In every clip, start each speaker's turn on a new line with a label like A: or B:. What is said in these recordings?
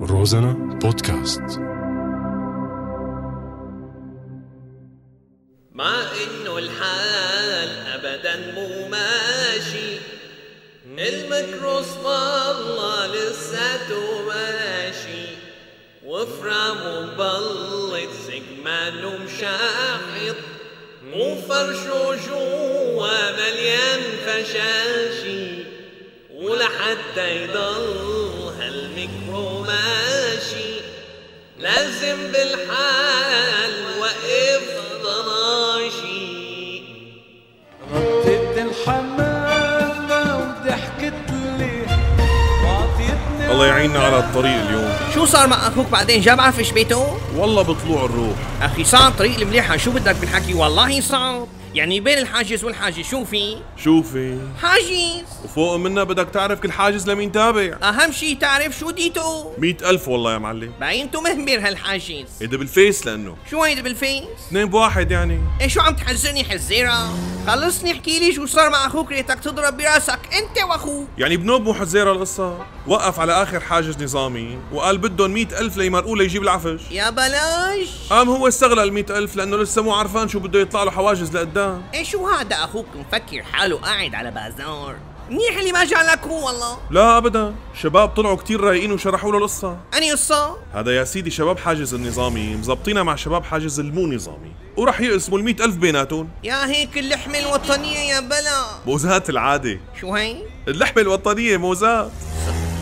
A: روزانا بودكاست
B: مع انه الحال ابدا مو ماشي الميكروس والله لساته ماشي وفرامه مبلط سجمانه مشاحط وفرشه جوا مليان فشاشي ولحتى يضل هالميكرو ماشي لازم بالحال وقف ضراشي
C: ردت الحمامة وضحكت لي وعطيتني
D: الله يعيننا على الطريق اليوم
E: شو صار مع اخوك بعدين جاب عفش بيته؟
D: والله بطلوع الروح
E: اخي صعب طريق المليحه شو بدك من حكي والله صعب يعني بين الحاجز والحاجز شو في؟
D: شوفي
E: حاجز
D: وفوق منها بدك تعرف كل حاجز لمين تابع
E: اهم شي تعرف شو ديته
D: مئة ألف والله يا معلم
E: بعينته مهمر هالحاجز
D: هيدا بالفيس لأنه
E: شو هيدا بالفيس؟
D: اثنين بواحد يعني
E: ايه شو عم تحزني حزيرة؟ خلصني احكي لي شو صار مع اخوك ريتك تضرب براسك انت واخوك
D: يعني بنوب مو حزيرة القصة وقف على آخر حاجز نظامي وقال بدهم مئة ألف ليمرقوه ليجيب العفش
E: يا بلاش
D: قام هو استغلى المئة ألف لأنه لسه مو عرفان شو بده يطلع له حواجز لقدام
E: ايه شو هذا اخوك مفكر حاله قاعد على بازار منيح اللي ما جعلك هو والله
D: لا أبدا شباب طلعوا كتير رايقين وشرحوا له القصة
E: اني قصة
D: هذا يا سيدي شباب حاجز النظامي مزبطينها مع شباب حاجز المو نظامي وراح يقسموا المئة ألف بيناتهم
E: يا هيك اللحمة الوطنية يا بلا
D: موزات العادة
E: شو هي؟
D: اللحمة الوطنية موزات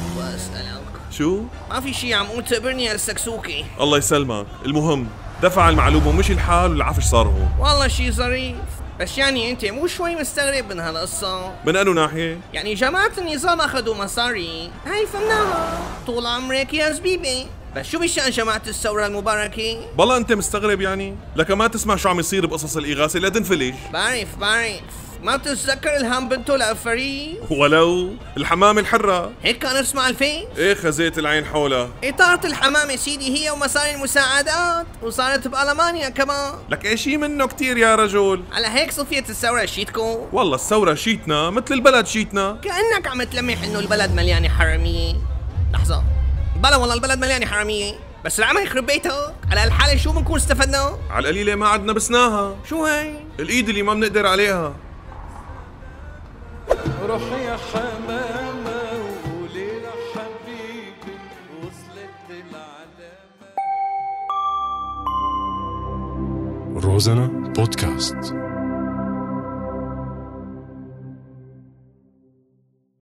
E: بسألك
D: شو؟
E: ما في شي عم قوم تقبرني هالسكسوكي
D: الله يسلمك المهم دفع المعلومة ومشي الحال والعفش صار هو
E: والله شي ظريف بس يعني انت مو شوي مستغرب من هالقصة
D: من أنو ناحية؟
E: يعني جماعة النظام اخذوا مصاري هاي فنانة طول عمرك يا زبيبة بس شو بشأن جماعة الثورة المباركة؟
D: بالله أنت مستغرب يعني؟ لك ما تسمع شو عم يصير بقصص الإغاثة لا تنفلج
E: بعرف بعرف ما بتتذكر الهام بنتو لأفري؟
D: ولو الحمامة الحرة
E: هيك كان اسمع الفيلم؟
D: إيه خزيت العين حولها
E: إطارة الحمامة سيدي هي ومصاري المساعدات وصارت بألمانيا كمان
D: لك إيه شي منه كتير يا رجل
E: على هيك صفية الثورة شيتكو
D: والله الثورة شيتنا مثل البلد شيتنا
E: كأنك عم تلمح انه البلد مليانة حرامية لحظة بلا والله البلد مليانة حرامية بس العمل يخرب بيتك على الحالة شو بنكون استفدنا؟
D: على القليلة ما عدنا بسناها
E: شو هي؟
D: الإيد اللي ما بنقدر عليها
C: روح يا حمامة وليلة حبيبي وصلت العلامة
A: روزانا بودكاست